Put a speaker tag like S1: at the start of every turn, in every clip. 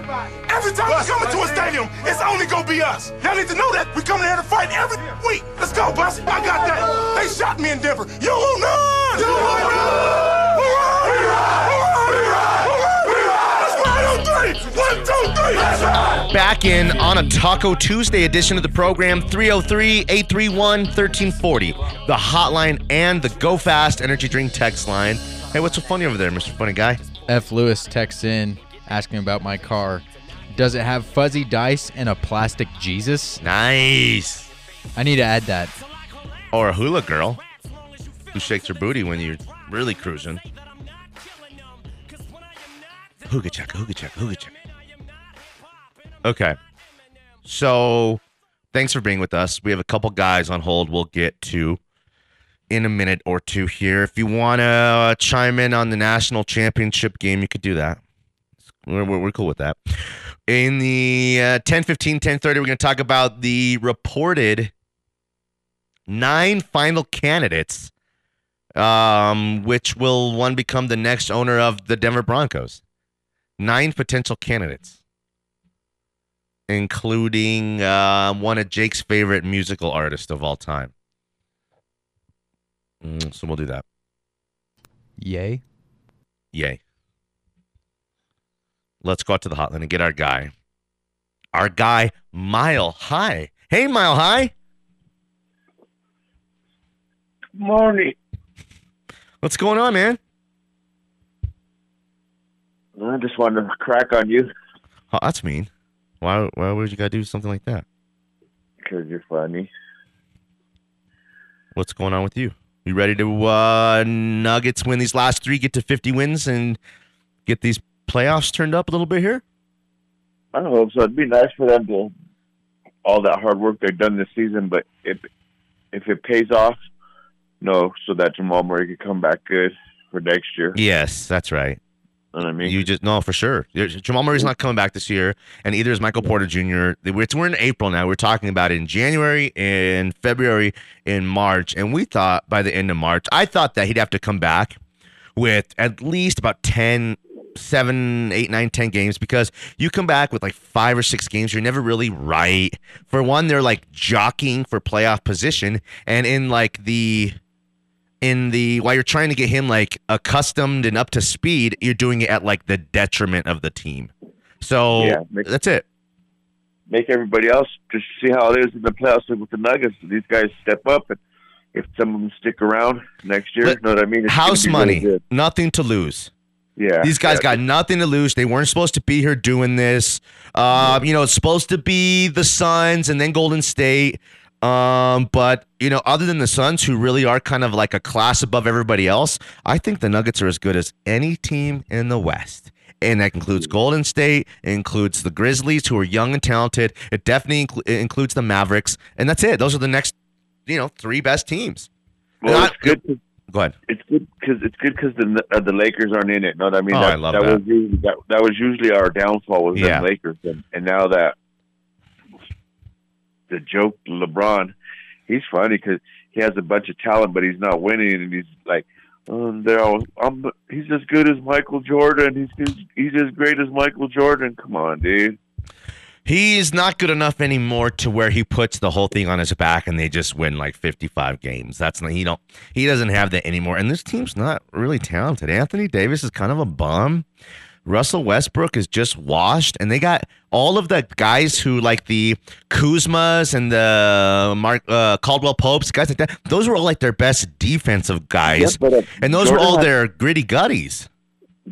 S1: Every time we come into a stadium, it's only gonna be us. Y'all need to know that. We come in here to fight every week. Let's go, Bus. I got that. They shot me in Denver. You who none? You who none? Hooray! Hooray! Hooray! Hooray! Let's ride on three. One, two, three. Let's ride.
S2: Back in on a Taco Tuesday edition of the program, 303 831 1340. The hotline and the Go Fast Energy Drink text line. Hey, what's so funny over there, Mr. Funny Guy?
S3: F. Lewis texts in asking about my car. Does it have fuzzy dice and a plastic Jesus?
S2: Nice.
S3: I need to add that.
S2: Or a hula girl who shakes her booty when you're really cruising. Hooga chaka, hooga chaka, hooga chaka. Okay. So thanks for being with us. We have a couple guys on hold we'll get to in a minute or two here. If you want to chime in on the national championship game, you could do that. We're, we're, we're cool with that. In the uh, 10 15, 10 30, we're going to talk about the reported nine final candidates, um, which will one become the next owner of the Denver Broncos. Nine potential candidates, including uh, one of Jake's favorite musical artists of all time. Mm, so we'll do that.
S3: Yay.
S2: Yay. Let's go out to the hotline and get our guy. Our guy, Mile High. Hey, Mile High.
S4: Morning.
S2: What's going on, man?
S4: I just wanted to crack on you
S2: Oh, that's mean. Why, why would you got to do something like that?
S4: because you're funny.
S2: What's going on with you? You ready to uh, Nuggets win these last three, get to 50 wins, and get these playoffs turned up a little bit here?
S4: I hope so. It'd be nice for them to all that hard work they've done this season, but if if it pays off, no, so that Jamal Murray could come back good for next year.
S2: Yes, that's right.
S4: You know what I mean?
S2: You just no for sure. There's- Jamal Murray's not coming back this year, and either is Michael Porter Jr. They- It's we're in April now. We're talking about it in January, in February, in March, and we thought by the end of March, I thought that he'd have to come back with at least about 10, 7, 8, 9, 10 games because you come back with like five or six games, you're never really right. For one, they're like jockeying for playoff position, and in like the in the while you're trying to get him like accustomed and up to speed, you're doing it at like the detriment of the team. So
S4: Yeah, makes-
S2: that's it.
S4: Make everybody else just see how it is in the playoffs with the Nuggets. These guys step up, and if some of them stick around next year,
S2: But
S4: you know what I mean? It's gonna
S2: House
S4: be really
S2: money,
S4: good.
S2: nothing to lose.
S4: yeah.
S2: These guys
S4: yeah.
S2: got nothing to lose. They weren't supposed to be here doing this. Um, you know, it's supposed to be the Suns and then Golden State. Um, but you know, other than the Suns, who really are kind of like a class above everybody else, I think the Nuggets are as good as any team in the West. And that includes Golden State, it includes the Grizzlies, who are young and talented. It definitely inclu- it includes the Mavericks, and that's it. Those are the next, you know, three best teams.
S4: Well,
S2: not-
S4: it's good. To,
S2: Go ahead.
S4: it's good because it's good because the uh, the Lakers aren't in it. Know what I mean?
S2: Oh,
S4: that,
S2: I love
S4: that.
S2: that.
S4: Was usually, that that was usually our downfall was
S2: Yeah.
S4: the Lakers, and, and now that the joke LeBron, he's funny because he has a bunch of talent, but he's not winning, and he's like. Um, they're all, I'm, he's as good as Michael Jordan. He's, he's he's as great as Michael Jordan. Come on, dude.
S2: He is not good enough anymore to where he puts the whole thing on his back and they just win like 55 games. That's not he don't he doesn't have that anymore. And this team's not really talented. Anthony Davis is kind of a bum. Russell Westbrook is just washed, and they got all of the guys who like the Kuzmas and the Mark uh, Caldwell Popes guys like that. Those were all like their best defensive guys,
S4: but, uh,
S2: and those were
S4: Jordan
S2: all
S4: had-
S2: their gritty gutties.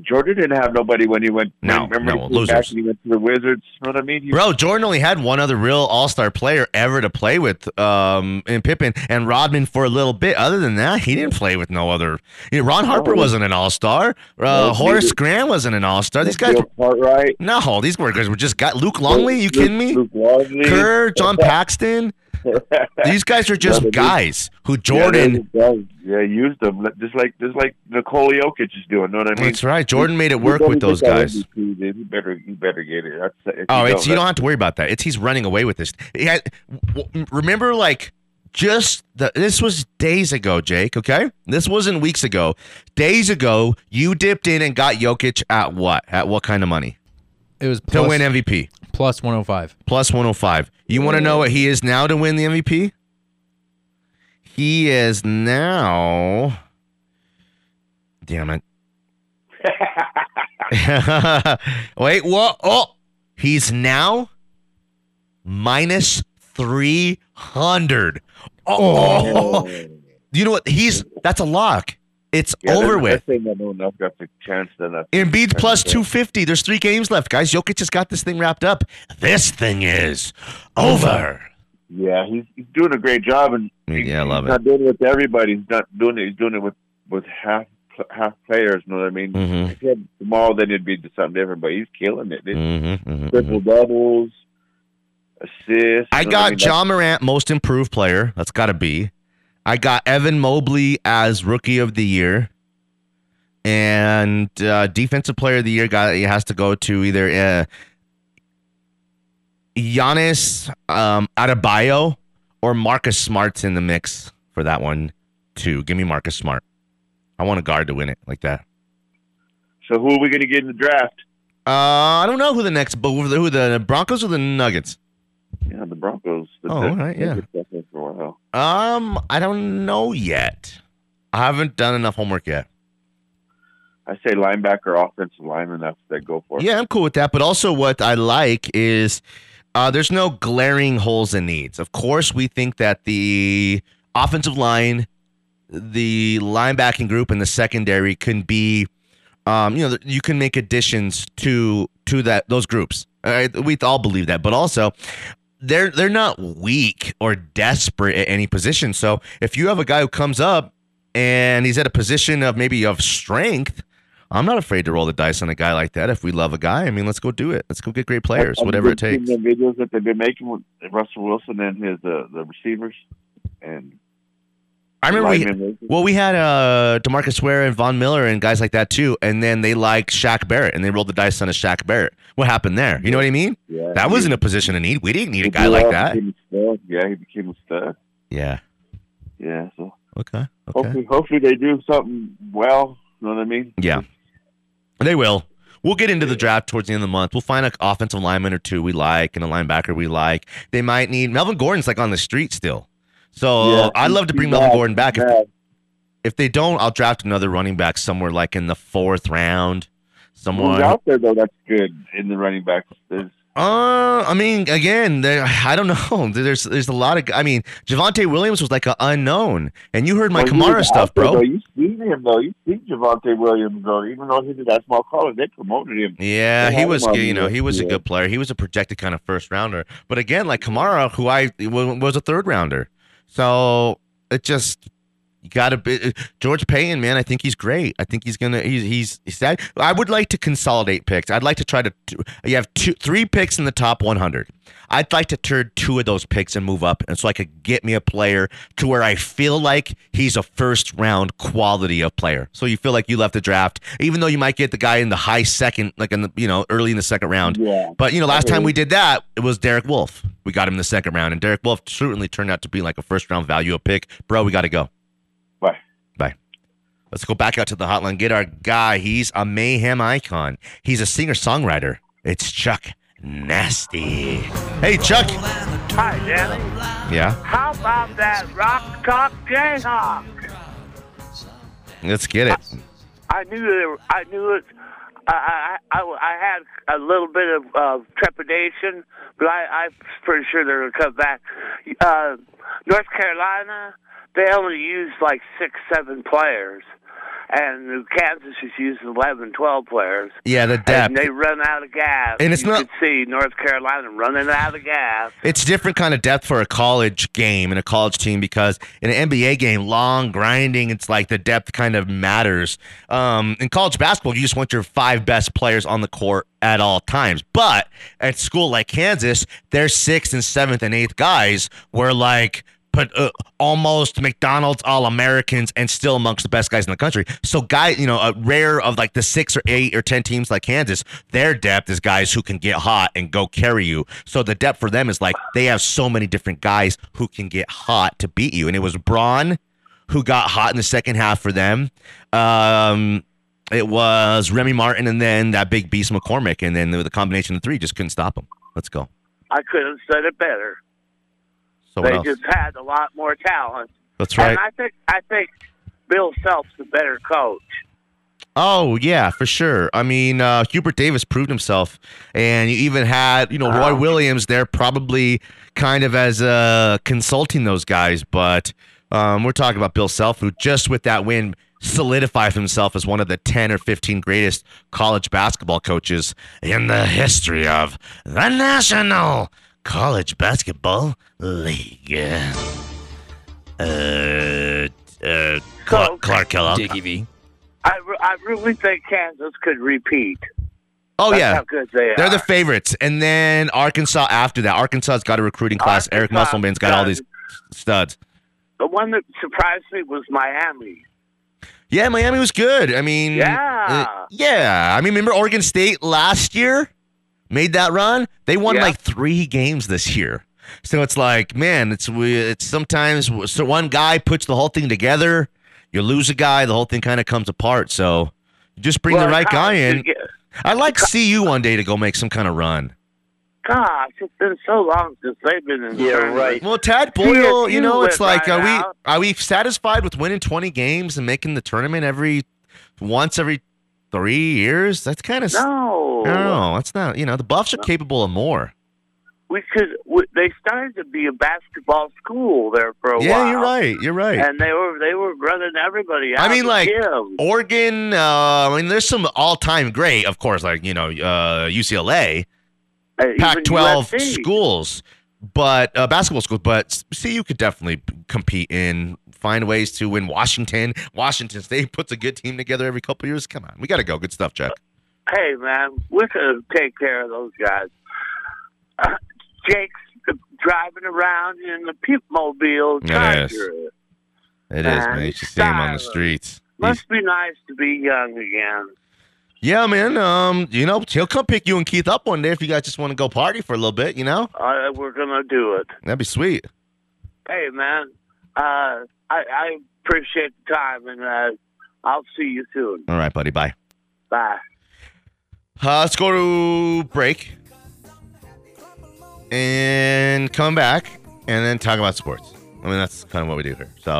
S4: Jordan didn't have nobody when he went.
S2: No,
S4: remember
S2: no,
S4: he came back
S2: losers.
S4: and he went to the Wizards. You know what I mean? He
S2: Bro, Jordan only had one other real All Star player ever to play with, um, in Pippen and Rodman for a little bit. Other than that, he didn't play with no other. you know, Ron Harper
S4: No.
S2: wasn't an All Star. Uh,
S4: No,
S2: Horace
S4: neither.
S2: Grant wasn't an All Star. These guys,
S4: Bill
S2: were,
S4: Cartwright.
S2: no, these were guys were just got Luke Longley. You
S4: Luke-
S2: kidding me?
S4: Luke Longley.
S2: Kerr, John Paxton. These guys are just
S4: No, they did.
S2: guys who
S4: Yeah,
S2: Jordan.
S4: those guys, Yeah, use them Let- just like just like Nicole Jokic is doing. Know what I mean?
S2: that's right. Jordan made it work
S4: You
S2: with
S4: better
S2: those
S4: get that
S2: guys.
S4: MVP, dude. You better you better get it. That's, if
S2: Oh, it's you
S4: that-
S2: don't have to worry about that. It's he's running away with this. He had- w- w- remember, like just the this was days ago, Jake. Okay, this wasn't weeks ago. Days ago, you dipped in and got Jokic at what? At what kind of money
S3: It was
S2: to
S3: plus,
S2: win MVP?
S3: plus 105.
S2: plus 105. You want to know what he is now to win the MVP? He is now. Damn it. Wait, what? Oh, he's now minus 300. Oh, you know what? He's that's a lock. It's
S4: Yeah,
S2: over
S4: there's-
S2: with.
S4: That's ain't no no, I've got the chance that I-
S2: Embiid's plus
S4: Okay.
S2: 250. There's three games left, guys. Jokic has got this thing wrapped up. This thing is over.
S4: Yeah, he's, he's doing a great job, and
S2: Yeah,
S4: he-
S2: I love
S4: he's
S2: it.
S4: Not doing it with everybody. He's not doing it. He's doing it with with half pl- half players. You know what I mean?
S2: Mm-hmm.
S4: If he had tomorrow, then it'd be something different. But he's killing it. dude.
S2: Mm-hmm,
S4: Triple doubles, assists.
S2: I
S4: you know what
S2: got
S4: mean?
S2: John Morant, most improved player. That's got to be. I got Evan Mobley as rookie of the year. And uh, defensive player of the year guy it has to go to either uh, Giannis um, Adebayo or Marcus Smart's in the mix for that one too. Give me Marcus Smart. I want a guard to win it like that.
S4: So who are we going to get in the draft?
S2: Uh, I don't know who the next, but who the, who the Broncos or the Nuggets?
S4: Yeah, the Broncos. The,
S2: Oh,
S4: the,
S2: all right, yeah.
S4: they've been suffering For a while.
S2: Um, I don't know yet. I haven't done enough homework yet.
S4: I say linebacker, offensive lineman. That's what they go for.
S2: Yeah, I'm cool with that. But also, what I like is uh, there's no glaring holes and needs. Of course, we think that the offensive line, the linebacking group, and the secondary can be, um, you know, you can make additions to to that those groups. All right, we all believe that. But also, they're they're not weak or desperate at any position. So if you have a guy who comes up and he's at a position of maybe of strength, I'm not afraid to roll the dice on a guy like that. If we love a guy, I mean, let's go do it. Let's go get great players,
S4: Have you
S2: whatever it
S4: been seeing
S2: takes.
S4: The videos that they've been making with Russell Wilson and his uh, the receivers and
S2: I remember we
S4: linemen.
S2: well we had uh Demarcus Ware and Von Miller and guys like that too, and then they liked Shaq Barrett and they rolled the dice on a Shaq Barrett. What happened there? You know what I mean?
S4: yeah,
S2: That
S4: he-
S2: wasn't a position of need. We didn't need a
S4: he
S2: guy
S4: blew
S2: like
S4: up,
S2: that.
S4: became a stud. Yeah, he became a stud.
S2: Yeah.
S4: Yeah, so
S2: Okay. Okay.
S4: hopefully, hopefully they do something well. You know what I mean?
S2: Yeah. They will. We'll get into the draft towards the end of the month. We'll find an offensive lineman or two we like and a linebacker we like. They might need Melvin Gordon's like on the street still. So
S4: Yeah,
S2: I'd love to
S4: he's
S2: bring Melvin
S4: back.
S2: Gordon back. If,
S4: Yeah,
S2: if they don't, I'll draft another running back somewhere like in the fourth round.
S4: who's
S2: Someone. Uh,
S4: out there though? That's good in the running backs. There's
S2: uh, I mean, again, there, I don't know. There's there's a lot of. I mean, Javante Williams was like an unknown, and you heard my
S4: Well, he
S2: Kamara
S4: was
S2: stuff,
S4: out there,
S2: bro.
S4: Though. You seen him though. You seen Javante Williams though. Even though he did that small college, they promoted him.
S2: Yeah,
S4: They
S2: he
S4: had
S2: was.
S4: him on
S2: You
S4: the
S2: know, he was a
S4: list,
S2: good player. He was a projected kind of first rounder. But again, like Kamara, who I wa- was a third rounder. So it just you got to be George Payton, man. I think he's great. I think he's gonna. He's he's he's that. I would like to consolidate picks. I'd like to try to. You have two, three picks in the top 100. I'd like to turn two of those picks and move up, and so I could get me a player to where I feel like he's a first round quality of player. So you feel like you left the draft, even though you might get the guy in the high second, like in the you know early in the second round.
S4: Yeah.
S2: But you know, last
S4: Okay.
S2: time we did that, it was Derek Wolf. We got him in the second round, and Derek Wolf certainly turned out to be like a first round value of pick. Bro, we got to go.
S4: Bye.
S2: Bye. Let's go back out to the hotline. Get our guy. He's a mayhem icon. He's a singer songwriter. It's Chuck Nasty. Hey, Chuck.
S5: Hi, Danny.
S2: Yeah,
S5: How about that rock cock Jayhawk?
S2: let's get it.
S5: I knew it. I knew it. I, I, I, I had a little bit of uh, trepidation, but I, I'm pretty sure they're going to come back. Uh, North Carolina, they only used like six, seven players, and Kansas is using 11, 12 players.
S2: Yeah, the
S5: And
S2: depth.
S5: they run out of gas.
S2: And it's
S5: you
S2: not-
S5: could see North Carolina running out of gas.
S2: It's different kind of depth for a college game and a college team because in an NBA game, long grinding, it's like the depth kind of matters. Um, in college basketball, you just want your five best players on the court at all times. But at school like Kansas, their sixth and seventh and eighth guys were like but uh, almost McDonald's All Americans and still amongst the best guys in the country. So, guy, you know, a rare of like the six or eight or ten teams like Kansas, their depth is guys who can get hot and go carry you. So the depth for them is like they have so many different guys who can get hot to beat you. And it was Braun who got hot in the second half for them. Um, it was Remy Martin and then that big beast McCormick, and then the, the combination of the three just couldn't stop him. Let's go.
S5: I couldn't have said it better.
S2: So what
S5: they
S2: else?
S5: just had a lot more talent.
S2: That's right.
S5: And I think I think Bill Self's the better coach.
S2: Oh yeah, for sure. I mean, uh, Hubert Davis proved himself, and you even had you know Roy
S5: Wow.
S2: Williams there, probably kind of as uh, consulting those guys. But um, we're talking about Bill Self, who just with that win solidified himself as one of the ten or fifteen greatest college basketball coaches in the history of the National College Basketball League. Uh, uh, Clark, Clark Kellogg.
S6: Dickie V.
S5: I, re- I really think Kansas could repeat.
S2: Oh
S5: That's
S2: yeah.
S5: how good they are.
S2: They're the favorites, and then Arkansas after that. Arkansas's got a recruiting class. Eric
S5: Arkansas
S2: Musselman's got all
S5: does.
S2: these studs.
S5: the one that surprised me was Miami.
S2: Yeah, Miami was good. I mean,
S5: Yeah.
S2: uh, yeah. I mean, remember Oregon State last year made that run? They won
S5: Yeah.
S2: like three games this year. So it's like, man, it's we- it's sometimes so one guy puts the whole thing together. You lose a guy, the whole thing kind of comes apart. So you just bring
S5: Well,
S2: the right guy
S5: college
S2: in.
S5: is-
S2: I'd like to see you one day to go make some kind of run.
S5: Gosh, it's been so long since they've been in. the
S6: Yeah,
S5: tournament.
S6: right.
S2: Well, Tad
S5: He is-
S2: Boyle, you
S5: he
S2: know,
S5: went
S2: it's like
S5: right
S2: are we
S5: out.
S2: are we satisfied with winning twenty games and making the tournament every once every three years? That's kind of
S5: No.
S2: no, that's not. You know, the Buffs are capable of more.
S5: we could. We, they started to be a basketball school there for a
S2: Yeah,
S5: while.
S2: you're right. You're right.
S5: And they were they were running everybody.
S2: I
S5: out
S2: mean,
S5: of
S2: like,
S5: gym.
S2: Oregon. Uh, I mean, there's some all-time great, of course, like you know uh, UCLA,
S5: Uh, even
S2: Pac-12
S5: USC.
S2: schools, but uh, basketball schools. But CU could definitely compete in find ways to win. Washington, Washington State puts a good team together every couple years. Come on, we got to go. Good stuff, Jack.
S5: Hey man, we could take care of those guys. Uh, Jake's driving around in the Peepmobile
S2: Yes.
S5: Charger.
S2: It
S5: is,
S2: is,
S5: man.
S2: man.
S5: You
S2: You
S5: should
S2: see him on the
S5: Styler.
S2: streets.
S5: Must be nice to be young again.
S2: Yeah, man. Um, you know, he'll come pick you and Keith up one day if you guys just want to go party for a little bit. You know,
S5: Uh, we're gonna do it.
S2: that'd be sweet.
S5: Hey man, uh, I, I appreciate the time, and uh, I'll see you soon.
S2: All right, buddy. Bye.
S5: Bye.
S2: Uh, let's go to break and come back and then talk about sports. I mean, that's kind of what we do here. So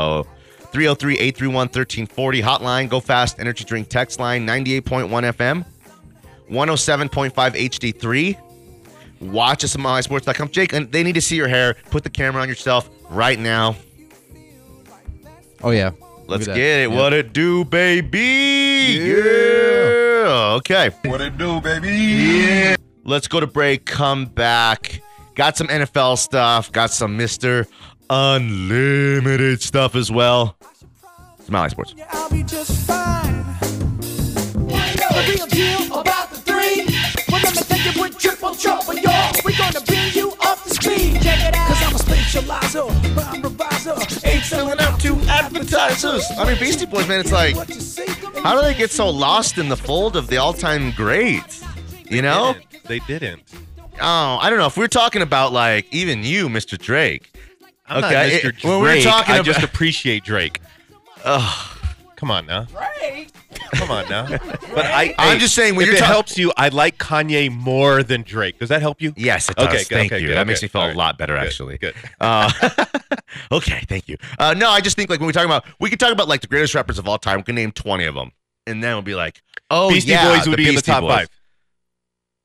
S2: 303 831 1340 hotline, go fast energy drink text line 98.1 FM, 107.5 HD3. Watch us on mysports.com. Jake, and they need to see your hair. Put the camera on yourself right now.
S3: Oh yeah. Look
S2: Let's
S3: at that.
S2: get it.
S3: Yep.
S2: What it do, baby? Yeah. Okay.
S1: What it do, baby? Yeah.
S2: Let's go to break, come back. Got some NFL stuff, got some Mr. Unlimited stuff as well. It's Mally Sports.
S7: I'll be just fine. The real deal about the three. We're gonna take it with triple trouble, y'all. We're gonna bring you up to speed. Check it out. Cause I'm a specializer, but I'm revisor. Ain't selling out to
S2: Appetizers. I mean, Beastie Boys, man, it's like,
S7: what you see.
S2: how do they get so lost in the fold of the all time greats? You know?
S8: They didn't.
S2: Oh, I don't know. If we're talking about, like, even you, Mr. Drake.
S8: I'm not
S2: Okay,
S8: Mr.
S2: it-
S8: Drake.
S2: when we're talking
S8: I
S2: about-
S8: just appreciate Drake.
S2: Ugh.
S8: Come on now.
S7: Drake?
S8: Come on now. But I,
S2: I'm
S8: hey,
S2: just saying, when
S8: if
S2: you're
S8: it
S2: talking.
S8: helps you, I like Kanye more than Drake. Does that help you?
S2: Yes, it does.
S8: Okay, good,
S2: Thank
S8: okay,
S2: you.
S8: good,
S2: that makes
S8: okay.
S2: me feel
S8: All
S2: a
S8: right.
S2: lot better,
S8: Good,
S2: actually.
S8: good.
S2: Uh, okay, thank you. Uh, no, I just think like when we're talking about, we could talk about like the greatest rappers of all time. We can name twenty of them, and then we'll be like, oh
S8: Beastie
S2: yeah,
S8: Boys would be in the
S2: Beastie
S8: top
S2: Boys.
S8: five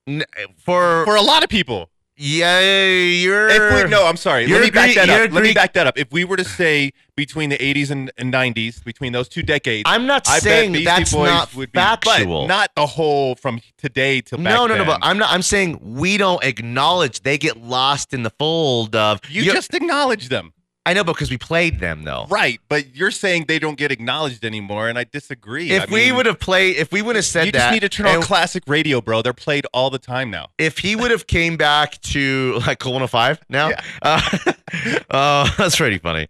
S2: N- for,
S8: for a lot of people.
S2: yeah, you're
S8: If we, no, I'm sorry.
S2: You're
S8: Let me back
S2: agree-
S8: that
S2: you're
S8: up. Let me
S2: agree-
S8: back that up. If we were to say between the 80s and, and 90s, between those two decades,
S2: I'm not
S8: I bet
S2: saying
S8: Beastie
S2: that's
S8: Boys
S2: not
S8: would be,
S2: factual.
S8: But not the whole from today to back
S2: no, no, no.
S8: then.
S2: But I'm not. I'm saying we don't acknowledge they get lost in the fold of
S8: you
S2: You're-
S8: just acknowledge them.
S2: I know because we played them though.
S8: Right, but you're saying they don't get acknowledged anymore, and I disagree.
S2: If
S8: I
S2: we
S8: mean,
S2: would have played, if we would have said
S8: you
S2: that,
S8: just need to turn on
S2: and-
S8: classic radio, bro. They're played all the time now.
S2: if he would have came back to like Cool 105 now,
S8: Yeah.
S2: uh, uh, that's pretty funny.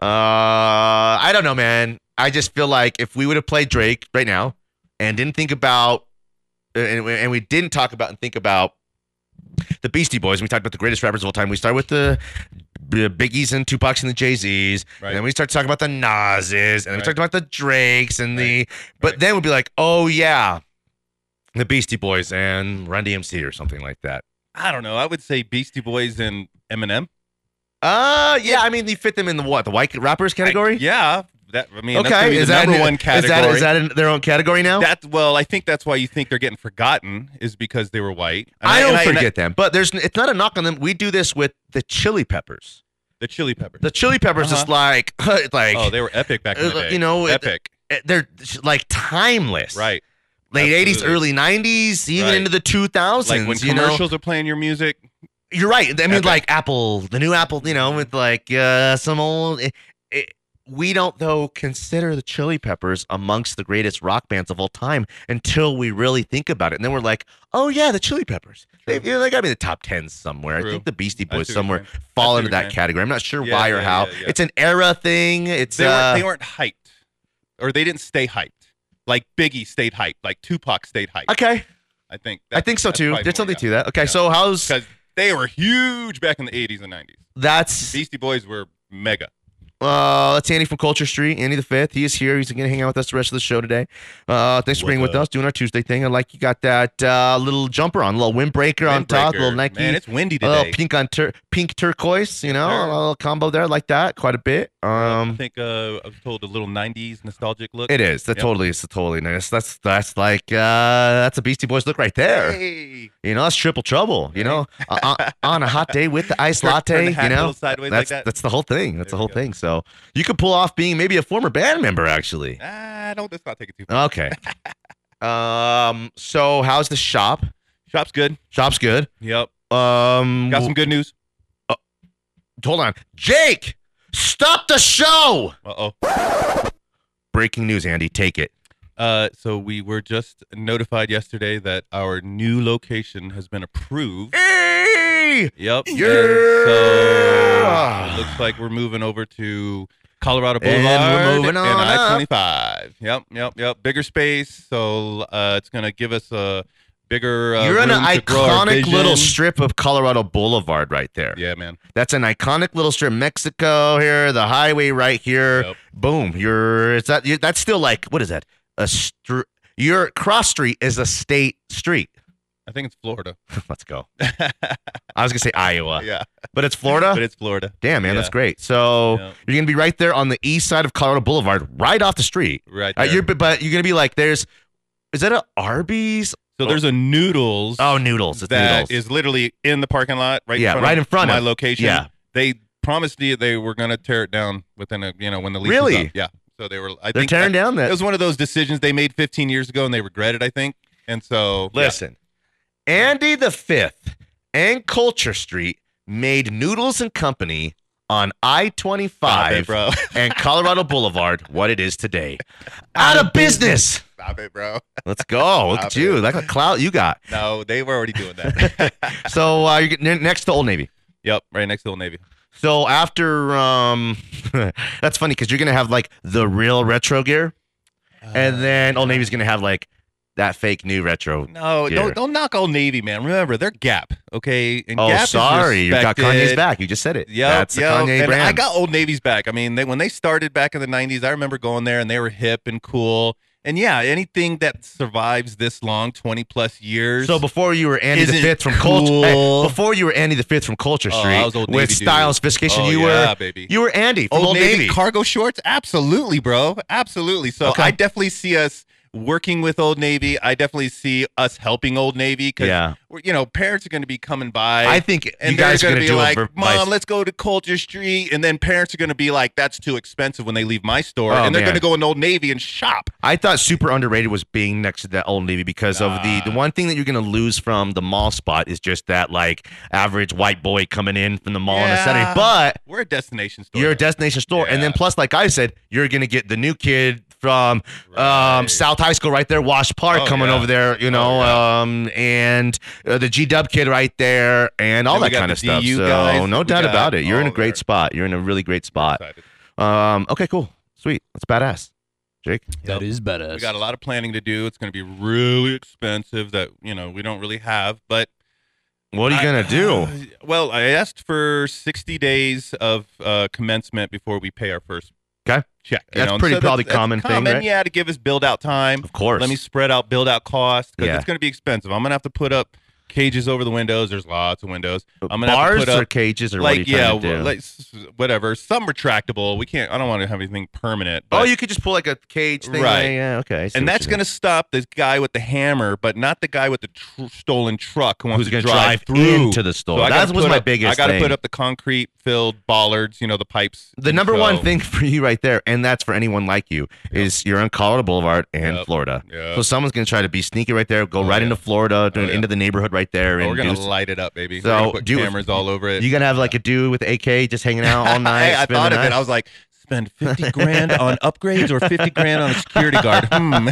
S2: Uh, I don't know, man. I just feel like if we would have played Drake right now and didn't think about, uh, and, we- and we didn't talk about and think about the Beastie Boys, and we talked about the greatest rappers of all time. We start with the B- Biggies and Tupacs and the Jay Z's,
S8: Right.
S2: and then we start talking about the Nas's, and we
S8: Right.
S2: talked about the Drakes and the. But
S8: Right.
S2: then we'll be like, oh yeah, the Beastie Boys and Run DMC or something like that.
S8: I don't know. I would say Beastie Boys and Eminem
S2: Uh, yeah. I mean, you fit them in the what? The white rappers category?
S8: I- yeah, that I mean, okay, that's gonna
S2: Okay.
S8: be the
S2: Is that
S8: number
S2: in-
S8: one
S2: Is
S8: category.
S2: that, is that in their own category now?
S8: That- well, I think that's why you think they're getting forgotten is because they were white. And
S2: I don't
S8: and and
S2: forget them, but there's it's not a knock on them. We do this with the Chili Peppers.
S8: the Chili Peppers.
S2: The Chili Peppers
S8: Uh-huh.
S2: is like like
S8: oh, they were epic back in the
S2: uh,
S8: day.
S2: you know, it- eh,
S8: epic,
S2: they're like timeless.
S8: right?
S2: Late '80s,
S8: absolutely.
S2: early '90s, even
S8: Right.
S2: into the 2000s.
S8: Like when
S2: you know?
S8: commercials are playing your music.
S2: You're right. I mean,
S8: Epic.
S2: like Apple, the new Apple, you know, with like uh, some old. It, it, we don't though consider the Chili Peppers amongst the greatest rock bands of all time until we really think about it, and then we're like, oh yeah, the Chili Peppers. They,
S8: True.
S2: you know, they got to be in the top ten somewhere.
S8: True.
S2: I think the Beastie
S8: I see
S2: Boys
S8: what you're
S2: somewhere
S8: saying. I
S2: fall
S8: see
S2: into
S8: what you're
S2: that
S8: saying.
S2: category. I'm not sure
S8: Yeah,
S2: why or
S8: yeah,
S2: how.
S8: yeah, yeah.
S2: It's an era thing. It's
S8: They
S2: uh,
S8: weren't, they weren't hyped, or they didn't stay hyped. Like Biggie stayed hyped. Like Tupac stayed hyped.
S2: okay.
S8: I think.
S2: I think so too. There's something to that. Okay,
S8: Yeah.
S2: so how's
S8: because they were huge back in the 80s and 90s.
S2: that's
S8: Beastie Boys were mega.
S2: Uh, that's Andy from Culture Street, Andy the Fifth. He is here. He's gonna hang out with us the rest of the show today. Uh, thanks for
S8: What
S2: being with
S8: up?
S2: us, doing our Tuesday thing. I like you got that uh, little jumper on, little windbreaker, on top,
S8: Windbreaker.
S2: little Nike,
S8: Man, it's windy
S2: a little
S8: today.
S2: pink on tur- pink turquoise. You know,
S8: Sure.
S2: a little combo there, I like that, quite a bit.
S8: I
S2: Um,
S8: think uh, I was told a little 90s nostalgic look.
S2: it is. That
S8: Yep.
S2: totally is totally nice. That's that's like uh, that's a Beastie Boys look right there.
S8: Hey.
S2: You know, that's triple trouble. You know, uh, uh, on a hot day with the iced
S8: Turn- turn
S2: latte.
S8: the hat
S2: you
S8: a
S2: know,
S8: little sideways
S2: that's
S8: like that.
S2: that's the whole thing. That's the
S8: There
S2: whole
S8: we go.
S2: thing. So you could pull off being maybe a former band member, actually.
S8: Ah, don't let's not take it too far.
S2: Okay. um. So how's the shop?
S8: Shop's good.
S2: Shop's good.
S8: Yep.
S2: Um.
S8: Got some good news.
S2: Hold on, Jake. Stop the show.
S8: Uh-oh.
S2: Breaking news, Andy. Take it.
S8: Uh So we were just notified yesterday that our new location has been approved.
S2: Hey!
S8: Yep. and
S2: Yeah.
S8: So it looks like we're moving over to Colorado
S2: And
S8: Boulevard
S2: we're moving on up.
S8: I twenty five. Yep, yep, yep. Bigger space, so uh, it's gonna give us a bigger. Uh,
S2: You're in
S8: room
S2: an
S8: to grow our
S2: iconic little
S8: vision.
S2: strip of Colorado Boulevard right there.
S8: Yeah, man.
S2: That's an iconic little strip. Mexico here, the highway right here.
S8: Yep.
S2: Boom. You're it's that you that's still like what is that? A str- your cross street is a state street.
S8: I think it's Florida.
S2: Let's go. I was gonna say Iowa,
S8: yeah,
S2: but it's Florida. Oh.
S8: but it's Florida.
S2: Damn, man,
S8: yeah.
S2: that's great. So
S8: Yeah.
S2: you're gonna be right there on the east side of Colorado Boulevard, right off the street.
S8: Right.
S2: Uh,
S8: There.
S2: you're, but- but you're gonna be like, there's, is that a Arby's?
S8: so there's a noodles.
S2: Oh, noodles. It's
S8: that
S2: noodles.
S8: is literally in the parking lot, right?
S2: Yeah,
S8: in front
S2: right
S8: of
S2: in front
S8: my
S2: of-
S8: location.
S2: yeah.
S8: they promised me they were going to tear it down within a you know when the lease
S2: Really?
S8: was up. Yeah, so they were. I
S2: They're
S8: think
S2: tearing
S8: I-
S2: down
S8: It
S2: that.
S8: was one of those decisions they made 15 years ago and they regret it. I think. And so yeah.
S2: Listen, Andy the Fifth and Culture Street made Noodles and Company on I twenty
S8: Stop
S2: five
S8: it, bro.
S2: and Colorado Boulevard what it is today. Out of business.
S8: Stop it, bro.
S2: Let's go. Look
S8: Stop
S2: at you.
S8: it.
S2: Like a clout you got.
S8: No, they were already doing that.
S2: So uh, you're getting next to Old Navy.
S8: yep, right next to the Navy.
S2: So after um that's funny because you're gonna have like the real retro gear, and then Old Navy's gonna have like that fake new retro.
S8: Uh, No,
S2: Yeah.
S8: don't don't knock Old Navy, man. Remember, they're Gap, okay? And
S2: Oh,
S8: Gap is
S2: sorry, you got Kanye's
S8: respected.
S2: back. You just said it.
S8: Yeah,
S2: that's the Kanye
S8: and
S2: brand.
S8: I got Old Navy's back. I mean, they, when they started back in the '90s, I remember going there and they were hip and cool. And yeah, anything that survives this long, 20 plus years.
S2: so before you were Andy the
S8: Isn't
S2: Fifth from
S8: cool.
S2: Culture, hey, before you were Andy the Fifth from Culture
S8: Oh, I
S2: Street
S8: was Old
S2: with
S8: Navy dude.
S2: style and sophistication,
S8: Oh,
S2: you
S8: yeah,
S2: were
S8: baby.
S2: you were Andy from
S8: Old, Navy,
S2: Navy.
S8: cargo shorts, absolutely, bro, absolutely. So
S2: Okay.
S8: I definitely see us working with Old Navy. I definitely see us helping Old Navy because
S2: Yeah,
S8: you know parents are going to be coming by.
S2: I think
S8: and
S2: you
S8: they're
S2: guys are
S8: gonna,
S2: gonna
S8: be
S2: do
S8: like,
S2: a ver-
S8: "Mom,
S2: vice-
S8: let's go to Culture Street," and then parents are gonna be like, "That's too expensive." When they leave my store,
S2: Oh,
S8: and they're
S2: man.
S8: gonna go in Old Navy and shop.
S2: I thought super underrated was being next to that Old Navy because of the the
S8: Nah.
S2: one thing that you're gonna lose from the mall spot is just that like average white boy coming in from the mall on a Saturday.
S8: Yeah.
S2: But
S8: We're a destination store.
S2: you're a destination store, and then
S8: Yeah.
S2: plus, like I said, you're gonna get the new kid from
S8: Right.
S2: um, South High School right there, Wash Park,
S8: Oh,
S2: coming
S8: yeah.
S2: over there, you know,
S8: yeah.
S2: um, and uh, the G Dub kid right there, and all
S8: Then we
S2: that
S8: got
S2: kind
S8: the
S2: of stuff.
S8: DU
S2: so
S8: guys.
S2: no
S8: We
S2: doubt
S8: got
S2: about it, you're in a
S8: all
S2: great
S8: there.
S2: spot. You're in a really great spot.
S8: Excited.
S2: Um, okay, cool, sweet, that's badass, Jake.
S8: That
S3: is badass.
S8: We got a lot of planning to do. It's gonna be really expensive. That you know we don't really have, but
S2: What are you
S8: I-
S2: gonna do?
S8: well, I asked for 60 days of uh, commencement before we pay our first.
S2: 'Kay.
S8: Check. you
S2: That's
S8: know, and
S2: pretty
S8: so
S2: probably common thing, right?
S8: Yeah, to give us build out time.
S2: Of course.
S8: Let me spread out build out cost because
S2: Yeah.
S8: it's going to be expensive. I'm going to have to put up cages over the windows. There's lots of windows. I'm gonna have to
S2: Bars
S8: put up
S2: or cages or
S8: like
S2: what are you
S8: yeah,
S2: trying to do?
S8: like s- s- whatever. Some retractable. We can't. I don't want to have anything permanent.
S2: oh,
S8: but-
S2: you could just pull like a cage thing.
S8: Right.
S2: Yeah, yeah, okay. I see
S8: and
S2: what
S8: that's
S2: you mean.
S8: going to stop this guy with the hammer, but not the guy with the tr- stolen truck who wants
S2: who's
S8: to
S2: gonna drive
S8: drive, through
S2: into the store.
S8: So I
S2: That
S8: gotta
S2: was
S8: put
S2: my
S8: up-
S2: biggest
S8: I got to
S2: thing.
S8: put up the concrete-filled bollards, you know, the pipes.
S2: the
S8: and
S2: number
S8: so-
S2: one thing for you right there, and that's for anyone like you, is you're on Colorado Boulevard and
S8: Yep.
S2: Florida.
S8: Yeah.
S2: So someone's gonna try to be sneaky right there, go
S8: Oh,
S2: right
S8: yeah.
S2: into Florida,
S8: Oh,
S2: and
S8: yeah.
S2: into the neighborhood right there,
S8: Oh, we're
S2: and
S8: gonna
S2: do-
S8: light it up, baby.
S2: So,
S8: we're gonna put
S2: do-
S8: cameras all over it.
S2: you're gonna have like a dude with AK just hanging out all night.
S8: Hey, I
S2: spend the
S8: thought of
S2: night.
S8: it. I was like, spend fifty grand on upgrades or fifty grand on a security guard. Hmm.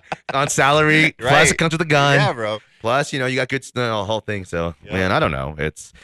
S2: on salary. Plus, it comes with a gun.
S8: yeah, bro.
S2: Plus, you know, you got good the whole thing. So,
S8: Yeah.
S2: man, I don't know. It's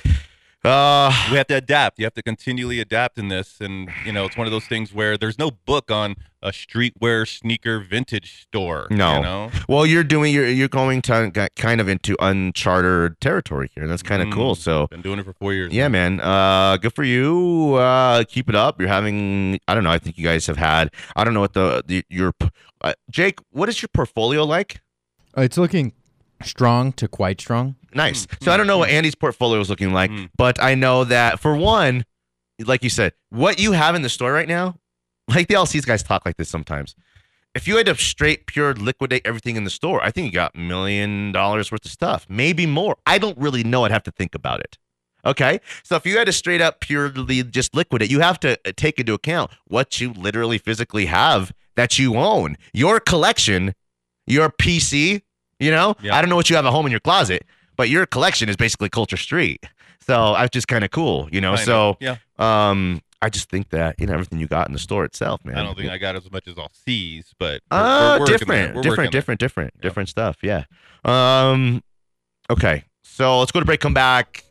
S2: uh,
S8: we have to adapt. You have to continually adapt in this, and you know it's one of those things where there's no book on a streetwear sneaker vintage store.
S2: No.
S8: you know?
S2: well, you're doing you're you're going to got kind of into uncharted territory here, and that's kind of
S8: Mm.
S2: cool. So,
S8: been doing it for four years.
S2: yeah, man, uh, good for you. Uh, keep it up. You're having I don't know. I think you guys have had I don't know what the, the your uh, Jake. What is your portfolio like?
S3: Uh, It's looking strong to quite strong.
S2: Nice.
S8: Mm,
S2: So I don't know
S8: mm,
S2: what Andy's portfolio is looking like,
S8: Mm.
S2: but I know that for one, like you said, what you have in the store right now, like the LC's guys talk like this sometimes. If you had to straight pure liquidate everything in the store, I think you got million dollars worth of stuff, maybe more. I don't really know. I'd have to think about it. Okay. So if you had to straight up purely just liquidate, you have to uh, take into account what you literally physically have that you own, your collection, your PC, you know,
S8: Yeah.
S2: I don't know what you have at home in your closet, but your collection is basically Culture Street. So I was just kind of cool, you know.
S8: Kinda,
S2: so
S8: yeah.
S2: um, I just think that you know everything you got in the store itself, man.
S8: I don't think I got as much as all C's, but we're-
S2: Uh,
S8: we're working there.
S2: different,
S8: We're
S2: different,
S8: working there.
S2: different, different,
S8: Yeah.
S2: different stuff. Yeah. Um, okay. So let's go to break. Come back.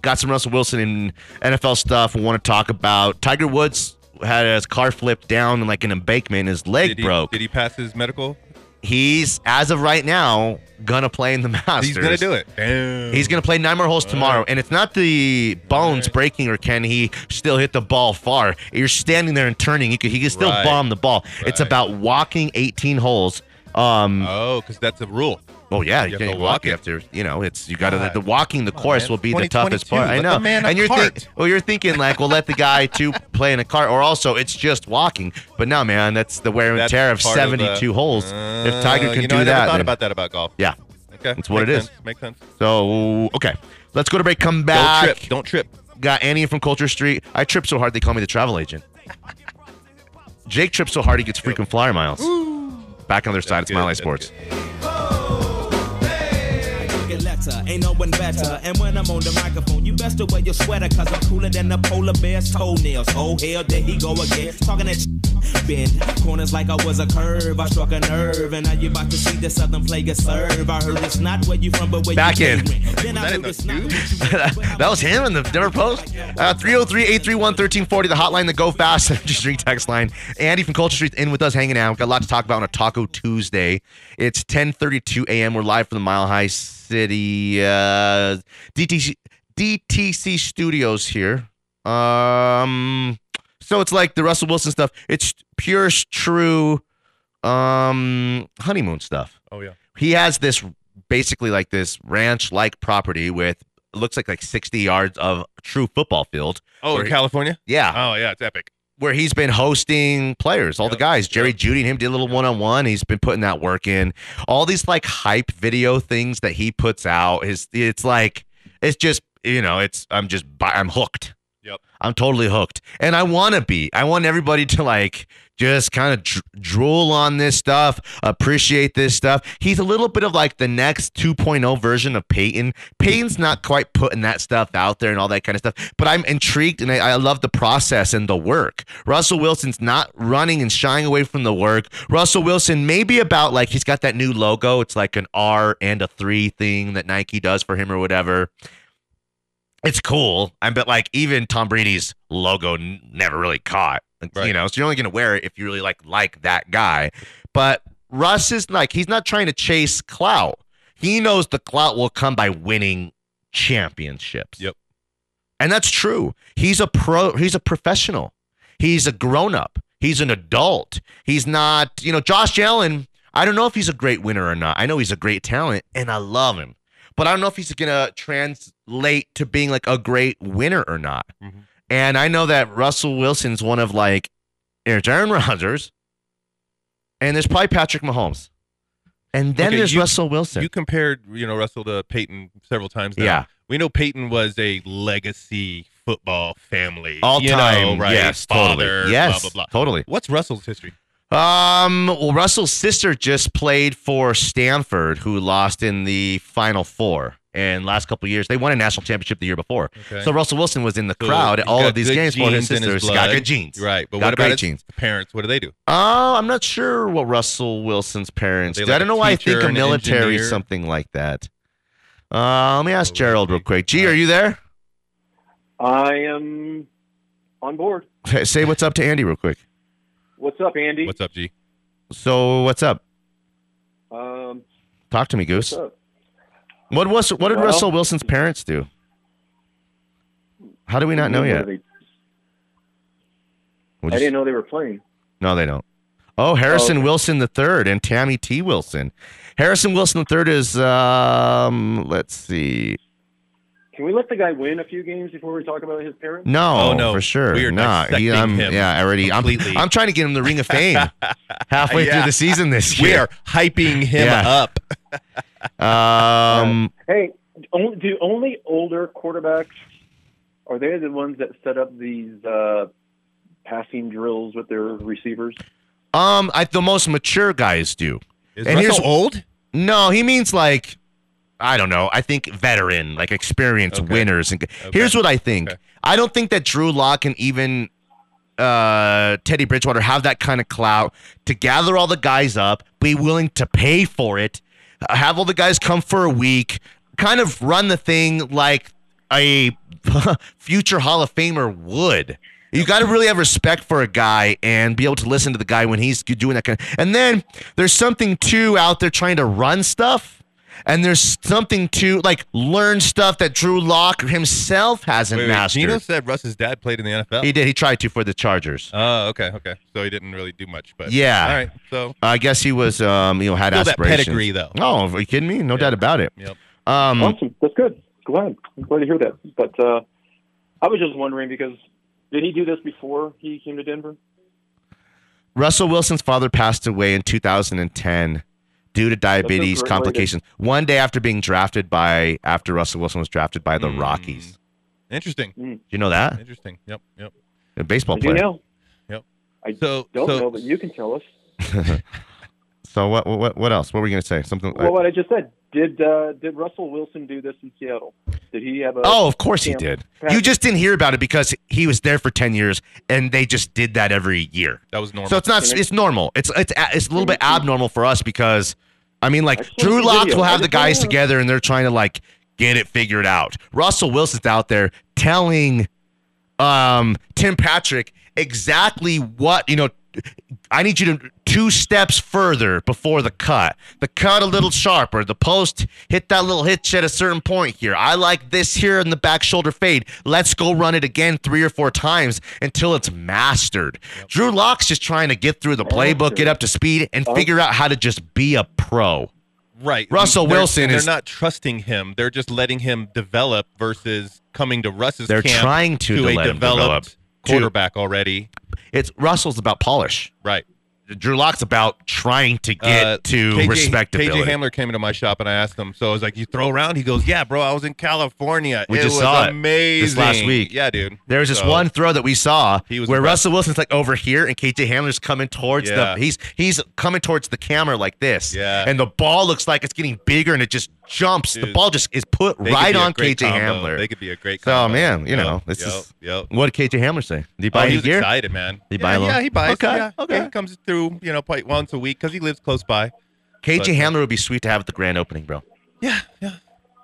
S2: Got some Russell Wilson and NFL stuff. We want to talk about Tiger Woods had his car flipped down in like an embankment. and His leg
S8: Did he,
S2: broke.
S8: Did he pass his medical?
S2: He's as of right now gonna play in the Masters.
S8: He's gonna do it. Damn.
S2: He's going to play nine more holes
S8: All
S2: tomorrow,
S8: right.
S2: and it's not the bones
S8: right.
S2: breaking or can he still hit the ball far. You're standing there and turning. You can, he can still
S8: Right.
S2: bomb the ball. It's
S8: Right.
S2: about walking 18 holes. Um,
S8: Oh, because that's a rule.
S2: oh yeah,
S8: you
S2: you,
S8: have
S2: can't
S8: to
S2: walk
S8: walk
S2: it
S8: it.
S2: after. You know, it's you got to
S8: God.
S2: the walking the
S8: Come on,
S2: course
S8: man.
S2: will be the toughest part.
S8: 2022.
S2: I
S8: Let
S2: know.
S8: the man
S2: and
S8: a
S2: you're
S8: cart.
S2: well, you're thinking like, well, let the guy too play in a cart, or also it's just walking. But no, man, that's the wear and
S8: That's
S2: tear of
S8: part of the-
S2: 72 holes. if Tiger
S8: Uh,
S2: can
S8: you
S2: do
S8: know, I never
S2: that,
S8: thought
S2: then-
S8: about that about golf.
S2: yeah.
S8: Okay,
S2: That's what
S8: Makes
S2: it is.
S8: sense. Makes sense.
S2: So okay, let's go to break. Come
S8: Don't
S2: back.
S8: trip. Don't trip.
S2: Got Annie from Culture Street. I trip so hard they call me the travel agent. Jake trips so hard he gets freaking flyer miles. Back on their side, it's
S8: good,
S2: My Life
S8: that's
S2: Sports.
S6: get letter, ain't no one better. And when I'm on the microphone, you best wear your sweater, cause I'm cooler than the polar bear's toenails. Oh hell, there he go again. Talking that sh- bend corners like I was a curve. I struck a nerve, and now you about to see the southern player serve. I heard it's not where you from, but where
S2: Back
S6: you
S2: in.
S6: came Then I
S8: That in
S6: heard
S8: the
S6: it's not
S8: tube?
S2: that was him in the Denver Post. Uh, 303 831 1340, the hotline, the Go Fast Energy Drink text line. Andy from Culture Street's in with us hanging out. We've got a lot to talk about on a Taco Tuesday. It's 1032 a.m. We're live from the Mile High City uh, DTC, DTC studios here. Um, so it's like the Russell Wilson stuff. It's pure, true um, honeymoon stuff
S8: Oh yeah.
S2: he has this basically like this ranch like property with it looks like like 60 yards of true football field
S8: Oh,
S2: Or
S8: in
S2: he-
S8: California.
S2: yeah
S8: Oh yeah, it's epic.
S2: where he's been hosting players all the
S8: Yep,
S2: guys jerry
S8: yep.
S2: judy and him did a little one-on-one he's been putting that work in all these like hype video things that he puts out is it's like it's just you know it's i'm just bu- i'm hooked
S8: Yep.
S2: i'm totally hooked and i want to be i want everybody to like just kind of dr- drool on this stuff appreciate this stuff he's a little bit of like the next 2.0 version of peyton peyton's not quite putting that stuff out there and all that kind of stuff but i'm intrigued and I, I love the process and the work russell wilson's not running and shying away from the work russell wilson maybe about like he's got that new logo it's like an r and a three thing that nike does for him or whatever it's cool. I bet like even Tom Brady's logo n- never really caught. You
S8: Right.
S2: know, so you're only gonna wear it if you really like like that guy. But Russ is like he's not trying to chase clout. He knows the clout will come by winning championships.
S8: Yep.
S2: And that's true. He's a pro he's a professional. He's a grown up. He's an adult. He's not, you know, Josh Allen, I don't know if he's a great winner or not. I know he's a great talent and I love him. but I don't know if he's gonna translate to being like a great winner or not.
S8: Mhm.
S2: And I know that Russell Wilson's one of like there's Aaron Rodgers, and there's probably Patrick Mahomes, and then
S8: Okay,
S2: there's
S8: you-
S2: Russell Wilson.
S8: You compared, you know, Russell to Peyton several times. Now.
S2: yeah,
S8: we know Peyton was a legacy football family,
S2: all
S8: you
S2: time.
S8: know, right?
S2: Yes,
S8: Father,
S2: totally. Yes,
S8: blah blah blah.
S2: totally.
S8: What's Russell's history?
S2: Um, well, Russell's sister just played for Stanford, who lost in the Final Four. And last couple of years, they won a national championship the year before.
S8: Okay.
S2: So Russell Wilson was in the
S8: So
S2: crowd at
S8: he's
S2: all
S8: got
S2: of these
S8: good
S2: games for his
S8: genes in his
S2: sisters. He's got
S8: blood.
S2: good genes.
S8: right, but
S2: got
S8: what
S2: great
S8: about his
S2: genes.
S8: parents? What do they do?
S2: Oh, I'm not sure what Russell Wilson's parents
S8: They
S2: did.
S8: like
S2: I don't
S8: a
S2: know why I think
S8: teacher,
S2: a
S8: an
S2: military,
S8: engineer?
S2: something like that. Uh, let me ask
S8: Oh,
S2: Gerald real
S8: okay.
S2: quick. G, are you there?
S9: I am on board.
S2: Hey, Say what's up to Andy real quick.
S9: What's up, Andy?
S8: What's up, G?
S2: So what's up?
S9: um,
S2: Talk to me, Goose.
S9: what's up?
S2: What was what did
S9: Well-
S2: Russell Wilson's parents do? How do we not know
S9: What
S2: yet?
S9: are they-
S2: We'll
S9: I
S2: just-
S9: didn't know they were playing.
S2: No, they don't. Oh, Harrison
S9: Oh, okay.
S2: Wilson the third and Tammy T. Wilson. Harrison Wilson the third is um. Let's see.
S9: Can we let the guy win a few games before we talk about his parents?
S2: No,
S8: Oh, no.
S2: for sure.
S8: We are
S2: Nah, he-
S8: dissecting
S2: I'm-
S8: him
S2: yeah, I already. I'm,
S8: completely.
S2: I'm trying to get him the Ring of Fame halfway
S8: Yeah.
S2: through the season this
S8: We
S2: year.
S8: are hyping him
S2: Yeah.
S8: up.
S2: Um,
S9: Hey, only, do only older quarterbacks are they the ones that set up these uh, passing drills with their receivers?
S2: um, I, the most mature guys do.
S8: Is
S2: And here's-
S8: Russell old?
S2: No, he means like I don't know. I think veteran, like experienced
S8: Okay.
S2: winners. And here's what I think.
S8: Okay.
S2: I don't think that Drew Lock and even uh, Teddy Bridgewater have that kind of clout to gather all the guys up, be willing to pay for it, uh, have all the guys come for a week, kind of run the thing like a future Hall of Famer would. You got to really have respect for a guy and be able to listen to the guy when he's doing that kind of. And then there's something too out there trying to run stuff, and there's something to like learn stuff that Drew Lock himself hasn't
S8: Wait, wait,
S2: mastered.
S8: Gino said Russ's dad played in the NFL.
S2: He did. He tried to for the Chargers.
S8: oh, okay, okay. So he didn't really do much, but
S2: Yeah.
S8: All right, so
S2: I guess he was, um, you know, had
S8: still that
S2: aspirations.
S8: pedigree though.
S2: No, are you kidding me? No
S8: Yeah.
S2: doubt about it.
S8: Yep.
S2: Um,
S9: Awesome, that's good. Glad, I'm glad to hear that. But uh, I was just wondering because did he do this before he came to Denver?
S2: Russell Wilson's father passed away in 2010 due to diabetes
S9: great way to-
S2: complications. One day after being drafted by, after Russell Wilson was drafted by the
S8: Hmm.
S2: Rockies.
S8: Interesting,
S9: Mm.
S2: Do you know that?
S8: interesting. Yep, yep.
S2: A baseball
S9: Do you
S2: player.
S9: know?
S8: So,
S9: Don't
S8: so
S9: know, but you can tell us.
S2: So what? What? What else? What were we gonna say? Something.
S9: Well, what I just said. Did uh, did Russell Wilson do this in Seattle? Did he have a?
S2: Oh, of course he
S9: Yeah.
S2: did.
S9: Right.
S2: You just didn't hear about it because he was there for ten years, and they just did that every year.
S8: that was normal.
S2: So it's not
S9: Can I-
S2: it's normal. It's it's a- it's a little bit abnormal for us because I mean like
S9: I just
S2: Drew
S9: wanna see
S2: Lock
S9: video.
S2: will
S9: I
S2: have the
S9: just
S2: guys
S9: wanna-
S2: together and they're trying to like get it figured out. Russell Wilson's out there telling um Tim Patrick exactly what, you know, I need you to two steps further before the cut. The cut a little sharper. The post hit that little hitch at a certain point here. I like this here in the back shoulder fade. Let's go run it again three or four times until it's mastered. Drew Locke's just trying to get through the playbook, get up to speed, and figure out how to just be a pro.
S8: Right.
S2: Russell
S8: They're-
S2: Wilson
S8: they're
S2: is-
S8: not trusting him. They're just letting him develop versus coming to Russ's
S2: They're
S8: camp
S2: trying to,
S8: to
S2: let
S8: a
S2: him develop.
S8: developed quarterback already.
S2: It's Russell's about polish.
S8: Right.
S2: Drew Locke's about trying to get
S8: Uh,
S2: to
S8: KJ,
S2: respectability.
S8: KJ Hamler came into my shop and I asked him. So I was like, "You throw around?" He goes, "Yeah, bro. I was in California.
S2: We
S8: it
S2: just
S8: was
S2: saw it
S8: amazing
S2: this last week.
S8: Yeah, dude.
S2: There was this
S8: So-
S2: one throw that we saw
S8: He was
S2: where
S8: impressed.
S2: Russell Wilson's like over here and KJ Hamler's coming towards
S8: Yeah.
S2: the he's he's coming towards the camera like this.
S8: Yeah.
S2: And the ball looks like it's getting bigger and it just jumps. the
S8: Dude,
S2: ball just is put
S8: They could
S2: right
S8: be a
S2: on
S8: great
S2: KJ
S8: combo.
S2: Hamler.
S8: They could be a great.
S2: So,
S8: combo.
S2: man, you
S8: Yep,
S2: know, this
S8: yep,
S2: is-
S8: Yep.
S2: what did KJ Hamler say? Did he
S8: Oh,
S2: buy
S8: he
S2: any
S8: was
S2: gear?
S8: excited, man.
S2: He
S8: yeah,
S2: buy a little-
S8: yeah, he buys.
S2: Okay,
S8: yeah,
S2: okay.
S8: He comes through, you know, probably once a week because he lives close by.
S2: KJ
S8: But-
S2: Hamler would be sweet to have at the grand opening, bro.
S8: Yeah, yeah.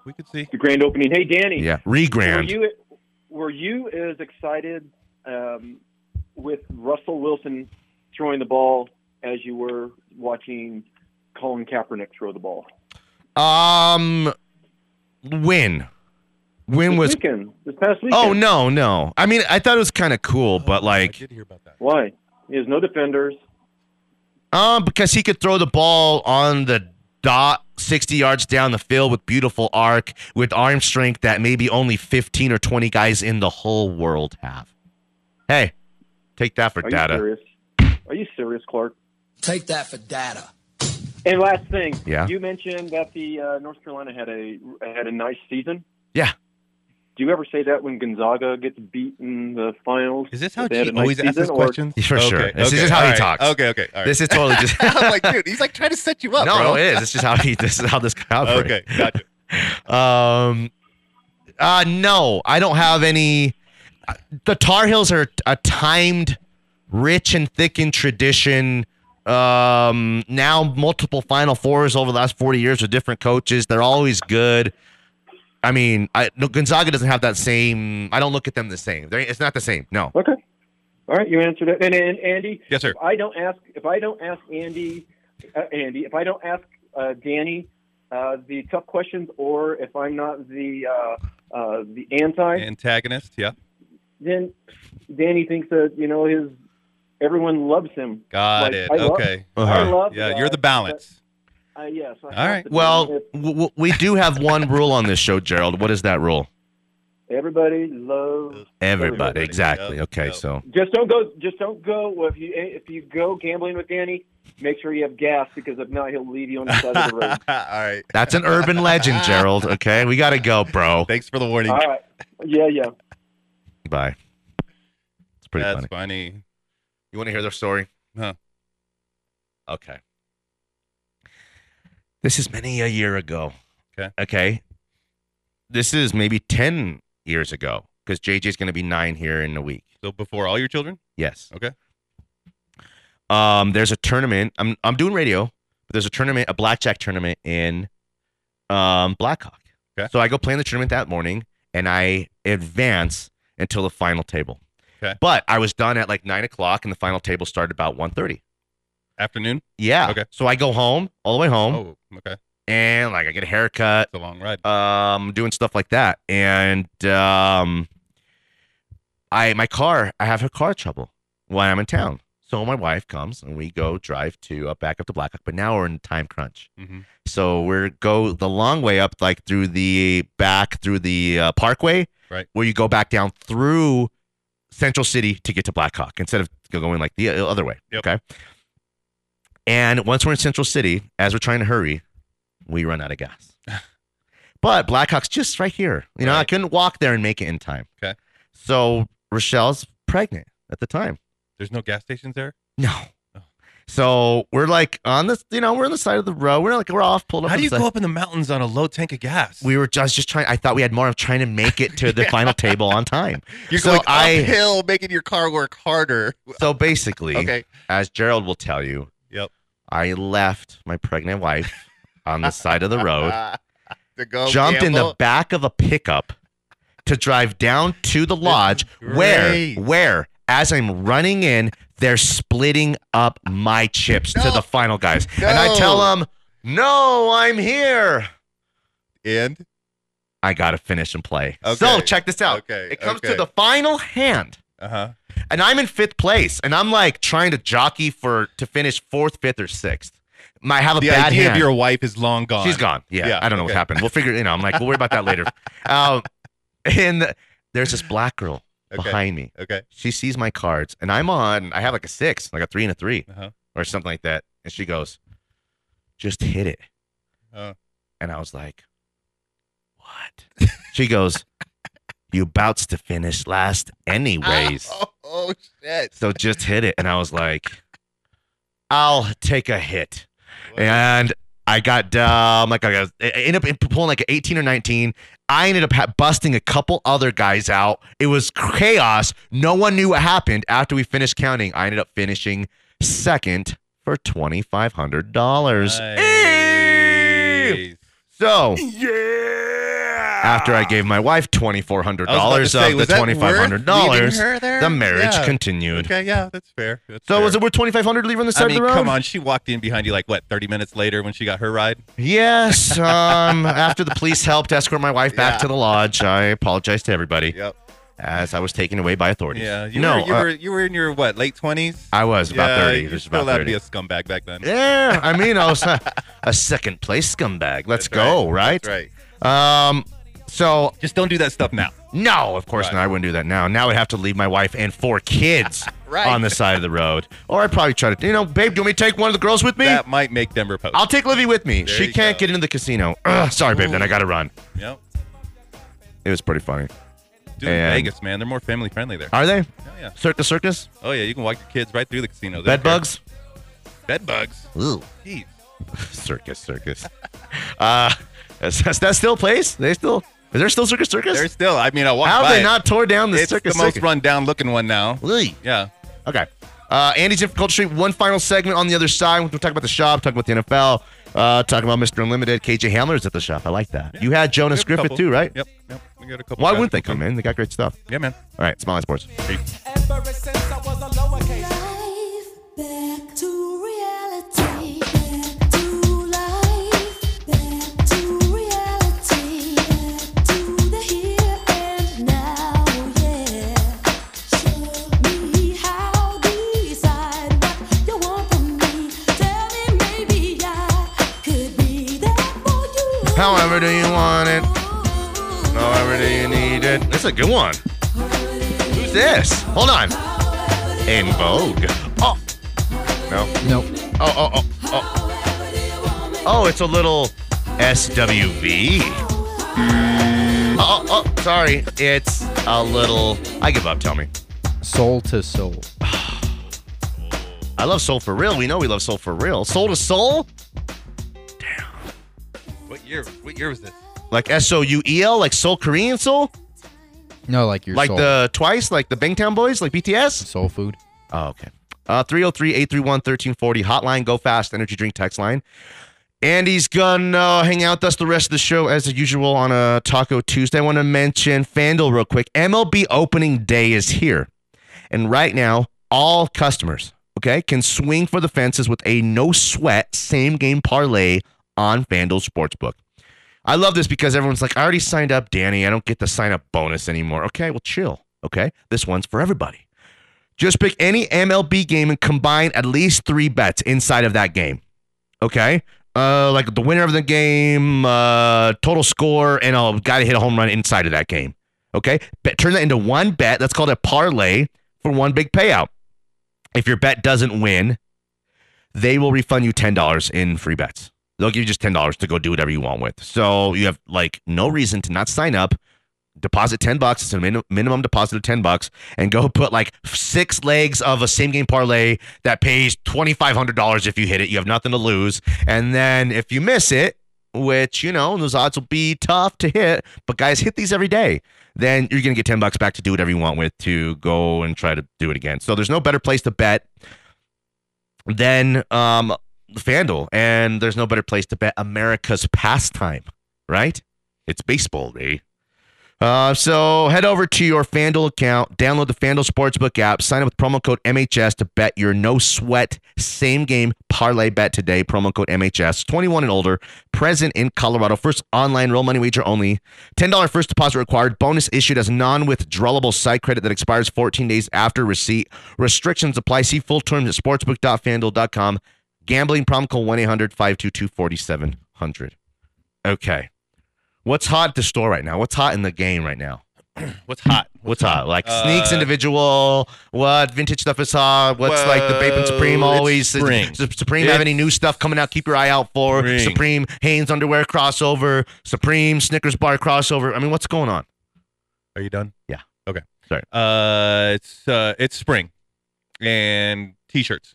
S8: We could see.
S9: the grand opening. Hey, Danny.
S2: Yeah. Re
S9: Were
S2: grand.
S9: you were you as excited um, with Russell Wilson throwing the ball as you were watching Colin Kaepernick throw the ball?
S2: Um win. Win
S9: this
S2: was
S9: weekend, this past weekend.
S2: Oh no, no. I mean, I thought it was kind of cool, but like
S8: I did hear about that.
S9: Why? There's no defenders.
S2: Um, because he could throw the ball on the dot 60 yards down the field with beautiful arc, with arm strength that maybe only 15 or 20 guys in the whole world have. Hey, take that for
S9: Are
S2: data.
S9: you serious? Are you serious, Clark?
S7: Take that for data.
S9: And last thing,
S2: Yeah.
S9: you mentioned that the uh, North Carolina had a had a nice season.
S2: Yeah.
S9: Do you ever say that when Gonzaga gets beat in the finals?
S8: Is this how
S9: that they had
S8: G
S9: a nice
S8: always asks
S9: season,
S8: his
S9: or-
S8: questions?
S2: For sure. This is just how
S8: all
S2: he
S8: right.
S2: talks.
S8: Okay, okay. All right.
S2: This is totally just.
S8: I'm like, dude, he's like trying to set you up,
S2: no,
S8: bro.
S2: no, it is. It's just how he. This is how this crowd.
S8: Okay, gotcha.
S2: Um, uh, no, I don't have any. uh, The Tar Heels are a timed, rich and thick in tradition. Um, now multiple Final Fours over the last forty years with different coaches. They're always good. I mean, I no, Gonzaga doesn't have that same. I don't look at them the same. They, it's not the same. No.
S9: Okay. All right, you answered it. And, and Andy,
S8: Yes, sir.
S9: if I don't ask if I don't ask Andy, uh, Andy, if I don't ask uh, Danny uh, the tough questions, or if I'm not the uh, uh, the anti,
S8: Antagonist. Yeah.
S9: then Danny thinks that you know his everyone loves him.
S8: Got
S9: Like,
S8: it.
S9: I love-
S8: okay.
S9: I love
S8: yeah,
S9: that,
S8: you're the balance.
S9: Uh, yes. I
S8: All right.
S2: Well,
S9: If
S2: w- w- we do have one rule on this show, Gerald. What is that rule?
S9: everybody loves.
S2: Everybody.
S9: Everybody.
S2: Exactly.
S8: Yep,
S2: okay.
S8: yep.
S2: So.
S9: Just don't go. Just don't go. If you if you go gambling with Danny, make sure you have gas because if not, he'll leave you on the side of the
S8: All
S9: road.
S8: right.
S2: That's an urban legend, Gerald. Okay, we gotta go, bro.
S8: Thanks for the warning.
S9: All right. Yeah. Yeah.
S2: Bye. It's pretty
S8: That's
S2: funny.
S8: funny.
S2: You want to hear their story?
S8: No.
S2: Okay. This is many a year ago.
S8: Okay.
S2: Okay. This is maybe ten years ago because JJ's going to be nine here in a week.
S8: So before all your children?
S2: Yes.
S8: Okay.
S2: Um, there's a tournament. I'm I'm doing radio, but there's a tournament, a blackjack tournament in um Blackhawk.
S8: Okay.
S2: So I go play in the tournament that morning and I advance until the final table.
S8: Okay.
S2: But I was done at like nine o'clock and the final table started about 1.30.
S8: Afternoon?
S2: Yeah.
S8: Okay.
S2: So I go home, all the way home,
S8: Oh, okay.
S2: and like I get a haircut,
S8: It's a long ride.
S2: um, doing stuff like that. And um, I my car, I have her car trouble while I'm in town. So my wife comes and we go drive to uh, back up to Blackhawk. But now we're in time crunch,
S8: Mhm.
S2: so we're go the long way up, like through the back through the uh, Parkway,
S8: Right.
S2: where you go back down through Central City to get to Blackhawk instead of going like the uh, other way.
S8: Yep.
S2: Okay. And once we're in Central City, as we're trying to hurry, we run out of gas. But Blackhawk's just right here. You know, I
S8: Right.
S2: couldn't walk there and make it in time.
S8: Okay.
S2: So Rochelle's pregnant at the time.
S8: There's no gas stations there?
S2: No. So we're like on this, you know, we're on the side of the road. We're like, we're off, pulled up.
S8: How
S2: on
S8: do
S2: the
S8: you
S2: side.
S8: go up in the mountains on a low tank of gas?
S2: We were just, just trying. I thought we had more of trying to make it to the final table on time.
S8: You're
S2: so
S8: going
S2: I-
S8: uphill, making your car work harder.
S2: So basically,
S8: Okay.
S2: as Gerald will tell you,
S8: Yep.
S2: I left my pregnant wife on the side of the road.
S8: to go
S2: jumped in the
S8: gamble.
S2: back of a pickup to drive down to the lodge where
S8: great.
S2: where as I'm running in, they're splitting up my chips to
S8: No.
S2: the final guys. And I tell
S8: No.
S2: them, "No, I'm here.
S8: and
S2: I got to finish and play." So,
S8: Okay.
S2: check this out.
S8: Okay,
S2: It comes to
S8: okay.
S2: the final hand.
S8: uh huh.
S2: and I'm in fifth place, and I'm like trying to jockey for to finish fourth, fifth, or sixth. Might have a
S8: The
S2: bad
S8: idea
S2: hand.
S8: of your wife is long gone.
S2: She's gone. Yeah,
S8: Yeah,
S2: I don't know what
S8: okay.
S2: happened. We'll figure. You know, I'm like, we'll worry about that later. Um, and the- there's this black girl
S8: Okay.
S2: behind me.
S8: Okay.
S2: She sees my cards, and I'm on. I have like a six, like a three and a 3
S8: Uh-huh.
S2: or something like that. And she goes, "Just hit it."
S8: Oh.
S2: And I was like, "What?" she goes, "You bouts to finish last, anyways."
S8: Oh, oh, shit.
S2: So just hit it. And I was like, I'll take a hit. And I got down, like, I, was, I ended up pulling like an 18 or 19. I ended up ha- busting a couple other guys out. It was chaos. No one knew what happened. After we finished counting, I ended up finishing second for $2,500. Eh!
S8: Nice.
S2: So
S1: Yeah.
S2: after I gave my wife $2,400
S8: I was about to
S2: of
S8: say,
S2: the
S8: was that worth leaving
S2: $2,500,
S8: her there?
S2: the marriage
S8: Yeah.
S2: continued.
S8: Okay, yeah, that's fair. That's
S2: So
S8: fair.
S2: was it worth 2500 to leave her on the side
S8: I mean,
S2: of the road?
S8: come on. She walked in behind you like what, 30 minutes later when she got her ride?
S2: Yes. Um, after the police helped escort my wife back
S8: Yeah.
S2: to the lodge, I apologize to everybody.
S8: Yep.
S2: as I was taken away by authorities.
S8: Yeah, you
S2: no,
S8: were, you,
S2: uh,
S8: were, you were in your what late twenties?
S2: I was about
S8: yeah,
S2: thirty.
S8: You
S2: Just
S8: still
S2: about
S8: allowed to
S2: thirty.
S8: be a scumbag back then.
S2: yeah, I mean, I was a, a second place scumbag. Let's
S8: That's right.
S2: go, right?
S8: That's right.
S2: Um, so
S8: Just don't do that stuff now.
S2: no, of course
S8: Right.
S2: not. I wouldn't do that now. Now I'd have to leave my wife and four kids on the side of the road, or I'd probably try to, you know, babe, do you want me to take one of the girls with me?
S8: That might make Denver post.
S2: I'll take Livy with me.
S8: There
S2: she
S8: you
S2: can't
S8: go.
S2: get into the casino. Ugh, sorry, babe. Then I gotta run.
S8: Yep.
S2: It was pretty funny.
S8: Dude,
S2: And-
S8: Vegas, man, they're more family friendly there.
S2: Are they?
S8: Oh yeah.
S2: Circus Circus?
S8: Oh yeah, you can walk your kids right through the casino. They
S2: Bed
S8: don't care.
S2: bugs?
S8: Bed bugs.
S2: Ooh.
S8: Jeez.
S2: Circus Circus. uh, is, is that still a place? They still is there still Circus Circus?
S8: They're still. I mean, I walked
S2: How
S8: by.
S2: have they
S8: it.
S2: not tore down the
S8: it's
S2: Circus
S8: the most
S2: Circus?
S8: run down looking one now.
S2: Ooh.
S8: Yeah.
S2: Okay. Uh, Andy's in for Culture Street. One final segment on the other side. We'll talk about the shop, talk about the NFL, uh, talk about Mr. Unlimited. KJ Hamler's at the shop. I like that. You had
S8: We
S2: Jonas
S8: got a
S2: Griffith
S8: couple.
S2: too, right?
S8: Yep. Yep. We got a couple.
S2: Why
S8: guys
S2: wouldn't
S8: that
S2: they
S8: come
S2: come in? They got great stuff.
S8: Yeah, man.
S2: All right, Smiley Sports.
S7: Ever since I was a lowercase.
S10: Life back to reality, back to life, back to reality, back to the here and now, yeah. Show me how, decide what you want from me. Tell me maybe I could be there for you.
S2: However do you want it? However do you need it? That's a good one. Who's this? Hold on. In Vogue. Oh. No.
S3: Nope.
S2: Oh, oh, oh, oh. Oh, it's a little SWV. Oh, oh, oh, sorry. It's a little. I give up, tell me.
S3: Soul to soul.
S2: I love Soul for Real. We know we love Soul for Real. Soul to Soul?
S8: What year? What year was this?
S2: Like S O U E L? Like Soul Korean Soul?
S3: No, like your
S2: Like
S3: soul.
S2: the Twice? Like the Bangtan Boys? Like BTS?
S3: soul food.
S2: Oh, okay. Uh, 303-831-1340 hotline go fast energy drink text line andy's gonna uh, hang out with us the rest of the show as usual on a taco tuesday i want to mention fanduel real quick mlb opening day is here and right now all customers okay can swing for the fences with a no sweat same game parlay on fanduel sportsbook i love this because everyone's like i already signed up danny i don't get the sign up bonus anymore okay well chill okay this one's for everybody just pick any MLB game and combine at least three bets inside of that game. Okay? Uh, like the winner of the game, uh, total score, and a guy to hit a home run inside of that game. Okay? Bet, turn that into one bet. That's called a parlay for one big payout. If your bet doesn't win, they will refund you $10 in free bets. They'll give you just $10 to go do whatever you want with. So you have like no reason to not sign up deposit 10 bucks it's a min- minimum deposit of 10 bucks and go put like six legs of a same game parlay that pays $2500 if you hit it you have nothing to lose and then if you miss it which you know those odds will be tough to hit but guys hit these every day then you're going to get 10 bucks back to do whatever you want with to go and try to do it again so there's no better place to bet than um FanDuel and there's no better place to bet America's pastime right it's baseball baby uh, so head over to your FanDuel account, download the FanDuel Sportsbook app, sign up with promo code MHS to bet your no sweat same game parlay bet today. Promo code MHS, 21 and older, present in Colorado. First online real money wager only. $10 first deposit required. Bonus issued as non withdrawable site credit that expires 14 days after receipt. Restrictions apply. See full terms at sportsbook.fanduel.com. Gambling promo code 1 800 522 4700. Okay. What's hot at the store right now? What's hot in the game right now?
S8: What's hot?
S2: What's hot? Like
S8: Uh,
S2: sneaks, individual. What vintage stuff is hot? What's like the Bape and Supreme
S8: Well, it's
S2: always? Does
S8: spring.
S2: Sup- Supreme have
S8: It's
S2: any new stuff coming out? Keep your eye out for
S8: spring.
S2: Supreme Hanes underwear crossover, Supreme Snickers bar crossover. I mean, what's going on?
S8: Are you done?
S2: Yeah.
S8: Okay.
S2: Sorry.
S8: Uh, it's uh, it's spring, and t-shirts.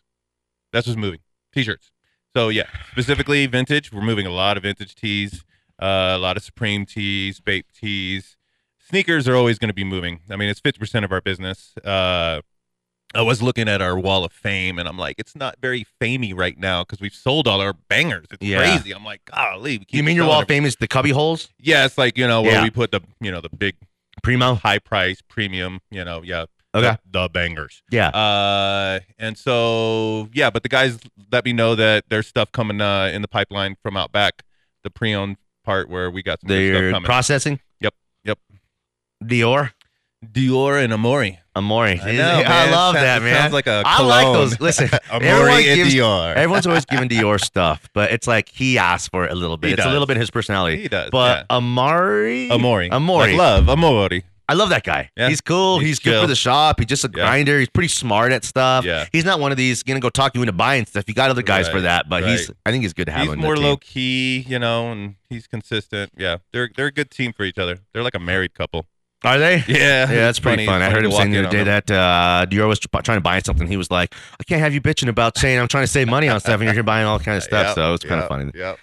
S8: That's what's moving. T-shirts. So yeah, specifically vintage. We're moving a lot of vintage tees, uh, a lot of Supreme tees, Bape tees. Sneakers are always going to be moving. I mean, it's fifty percent of our business. Uh, I was looking at our wall of fame, and I'm like, it's not very famey right now because we've sold all our bangers. It's
S2: Yeah.
S8: crazy. I'm like, golly. We keep
S2: You mean your
S8: selling
S2: wall
S8: our-
S2: of fame is the cubby holes,
S8: Yeah, it's like you know where
S2: Yeah.
S8: we put the you know the big
S2: primo?
S8: high price premium you know yeah
S2: Okay.
S8: the, the bangers
S2: Yeah.
S8: uh and so yeah but the guys let me know that there's stuff coming uh in the pipeline from out back the pre-owned part where we got some good stuff
S2: They're
S8: coming
S2: processing.
S8: Yep, yep.
S2: Dior.
S8: Dior and Amori.
S2: Amori.
S8: I know,
S2: I
S8: man.
S2: love
S8: Sounds-
S2: that,
S8: it
S2: man.
S8: sounds like a
S2: I like
S8: cologne.
S2: those. Listen,
S8: Amori
S2: everyone
S8: and
S2: gives-
S8: Dior.
S2: Everyone's always giving Dior stuff, but it's like he asks for it a little bit.
S8: He
S2: it's a
S8: does.
S2: little bit his personality.
S8: He does,
S2: But Amari.
S8: Amori.
S2: Amori.
S8: Like love. Amori.
S2: I love that guy.
S8: Yeah.
S2: He's cool. He's,
S8: He's
S2: good for
S8: chill.
S2: the shop. He's just a
S8: Yeah.
S2: grinder. He's pretty smart at stuff.
S8: Yeah.
S2: He's not one of these gonna go talk you into buying stuff. You got other guys for
S8: Right,
S2: that, but he's.
S8: right.
S2: I think he's good to have
S8: He's
S2: on the
S8: more
S2: team.
S8: low key, you know, and he's consistent. Yeah, they're they're a good team for each other. They're like a married couple.
S2: Are they?
S8: Yeah,
S2: Yeah, that's pretty fun. I heard him saying the other day that uh, Dior was tr- trying to buy something. He was like, "I can't have you bitching about saying I'm trying to save money on stuff, and you're here buying all kind of stuff." so it was kind of funny.
S8: Yep.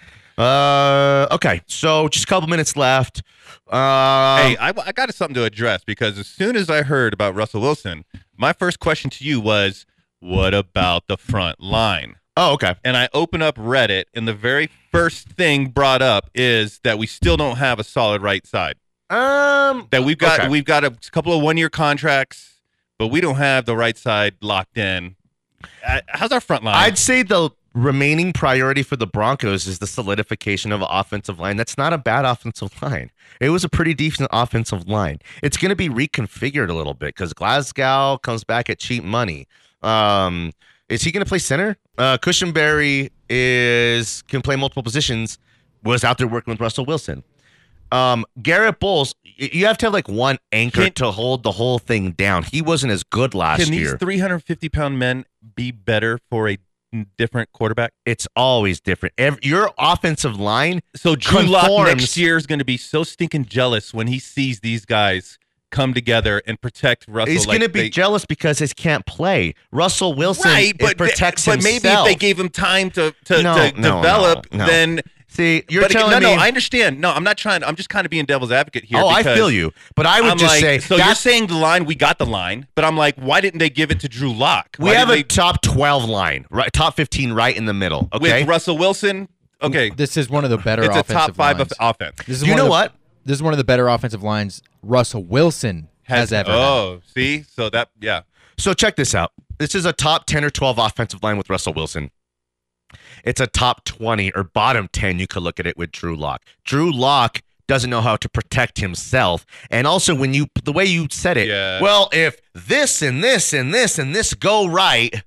S2: Uh, okay, so just a couple minutes left. Uh,
S8: hey, I, I got something to address because as soon as I heard about Russell Wilson, my first question to you was, "What about the front line?"
S2: oh, okay.
S8: And I open up Reddit, and the very first thing brought up is that we still don't have a solid right side.
S2: Um,
S8: That we've got
S2: Okay.
S8: we've got a couple of one year contracts, but we don't have the right side locked in. Uh, How's our front line?
S2: I'd say the remaining priority for the Broncos is the solidification of an offensive line. That's not a bad offensive line. It was a pretty decent offensive line. It's going to be reconfigured a little bit because Glasgow comes back at cheap money. Um, is he going to play center? Uh, Cushionberry is can play multiple positions. Was out there working with Russell Wilson. Um, Garrett Bowles, y- you have to have like one anchor
S8: Can-
S2: to hold the whole thing down. He wasn't as good last
S8: Can
S2: year.
S8: these 350 pound men be better for a different quarterback?
S2: it's always different. Every, your offensive line
S8: So Drew Lock
S2: Conforms.
S8: next year is going to be so stinking jealous when he sees these guys come together and protect Russell.
S2: is
S8: like
S2: going to be
S8: they-
S2: jealous because he can't play. Russell Wilson
S8: right, but they-
S2: protects
S8: but maybe if
S2: himself.
S8: they gave him time to to,
S2: No,
S8: to
S2: no, no,
S8: develop,
S2: no.
S8: then
S2: See, you're
S8: but again-
S2: telling
S8: no,
S2: me.
S8: no, I understand. No, I'm not trying. I'm just kind of being devil's advocate here.
S2: oh, I
S8: because
S2: feel you, but I would
S8: I'm
S2: just
S8: like,
S2: say
S8: so. You're
S2: that's,
S8: saying the line, we got the line, but I'm like, why didn't they give it to Drew Lock?
S2: we have a top twelve line, right? Top fifteen, right in the middle. Okay,
S8: with Russell Wilson. Okay,
S3: This is one of the better
S8: it's a
S3: offensive
S8: top five
S3: lines.
S8: of offense.
S3: This is
S2: You
S3: one
S2: know
S3: of the-
S2: what?
S3: This is one of the better offensive lines Russell Wilson has, ever. had.
S8: Oh, see, so that yeah,
S2: So check this out. This is a top 10 or 12 offensive line with Russell Wilson. It's a top 20 or bottom 10 you could look at it with Drew Lock. Drew Lock doesn't know how to protect himself. And also when you the way you said it,
S8: Yeah.
S2: well, if this and this and this and this go right,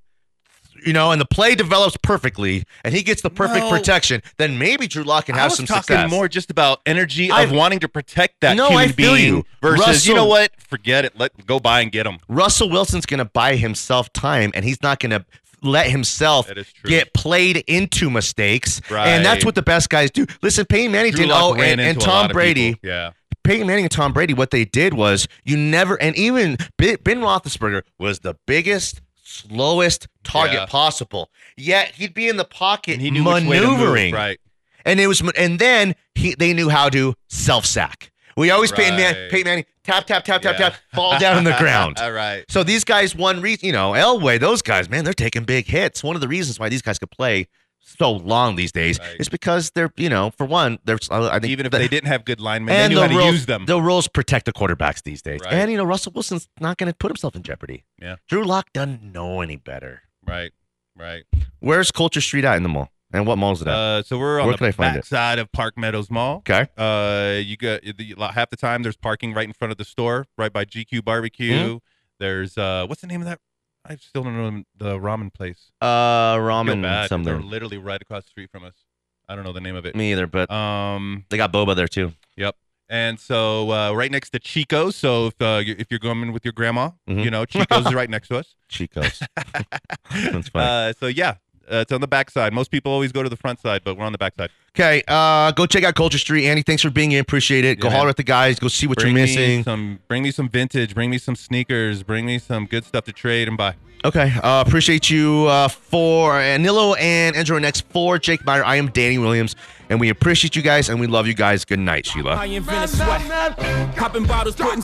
S2: you know, and the play develops perfectly and he gets the perfect
S8: No.
S2: protection, then maybe Drew Lock can
S8: I
S2: have
S8: was
S2: some
S8: talking
S2: success.
S8: more just about energy
S2: I-
S8: of wanting to protect that
S2: No,
S8: human
S2: I feel
S8: being
S2: you.
S8: versus you know
S2: Russell-
S8: what? Forget it. Let go buy and get him.
S2: Russell Wilson's going to buy himself time and he's not going to let himself
S8: That is true.
S2: get played into mistakes. And that's
S8: Right.
S2: what the best guys do. Listen, Peyton Manning
S8: Drew
S2: did
S8: Lock
S2: oh,
S8: ran
S2: and, and
S8: into a lot
S2: Tom
S8: of
S2: Brady.
S8: people. Yeah.
S2: Peyton Manning and Tom Brady, what they did was you never, and even Ben, ben Roethlisberger was the biggest, slowest target
S8: Yeah.
S2: possible. Yet he'd be in the pocket
S8: And he knew which way to move,
S2: maneuvering.
S8: right.
S2: And it was, and then he they knew how to self sack. We always Peyton, Man,
S8: Right.
S2: Peyton Manning tap tap tap tap
S8: Yeah.
S2: tap fall down on the ground.
S8: All right.
S2: So these guys, one reason, you know, Elway, those guys, man, they're taking big hits. One of the reasons why these guys could play so long these days
S8: Right.
S2: is because they're, you know, for one, they're. uh, I think
S8: Even if
S2: the-
S8: they didn't have good linemen,
S2: and
S8: they knew
S2: the
S8: how to
S2: rules,
S8: use them.
S2: The rules protect the quarterbacks these days,
S8: Right.
S2: and you know, Russell Wilson's not going to put himself in jeopardy.
S8: Yeah.
S2: Drew Lock doesn't know any better.
S8: Right. Right.
S2: Where's Culture Street at in the mall, and what mall's it at?
S8: Uh, so we're on
S2: Where can I
S8: the
S2: find it?
S8: backside of Park Meadows Mall.
S2: okay.
S8: Uh, you got the, half the time there's parking right in front of the store, right by GQ Barbecue.
S2: Hmm?
S8: There's uh, what's the name of that? I still don't know the ramen place.
S2: Uh,
S8: I feel
S2: ramen
S8: bad. They're
S2: something.
S8: literally right across the street from us. I don't know the name of it.
S2: Me either, but
S8: Um,
S2: they got boba there too.
S8: and so uh, right next to Chico. So if uh, you- if you're going with your grandma,
S2: Mhm.
S8: you know Chico's is right next to us.
S2: Chico's. That's funny.
S8: Uh, so yeah, uh, it's on the back side. Most people always go to the front side, but we're on the back side.
S2: Okay, uh, go check out Culture Street, Andy. Thanks for being in. Appreciate it. Go
S8: Yeah,
S2: holler
S8: man.
S2: at the guys. Go see what
S8: bring
S2: you're
S8: Me
S2: missing.
S8: some, bring me some vintage. Bring me some sneakers. Bring me some good stuff to trade and buy.
S2: Okay, uh, appreciate you uh, for Anillo and Andrew next for Jake Meyer. I am Danny Williams, and we appreciate you guys and we love you guys. Good night, Sheila.
S6: I invented sweat. Popping bottles, putting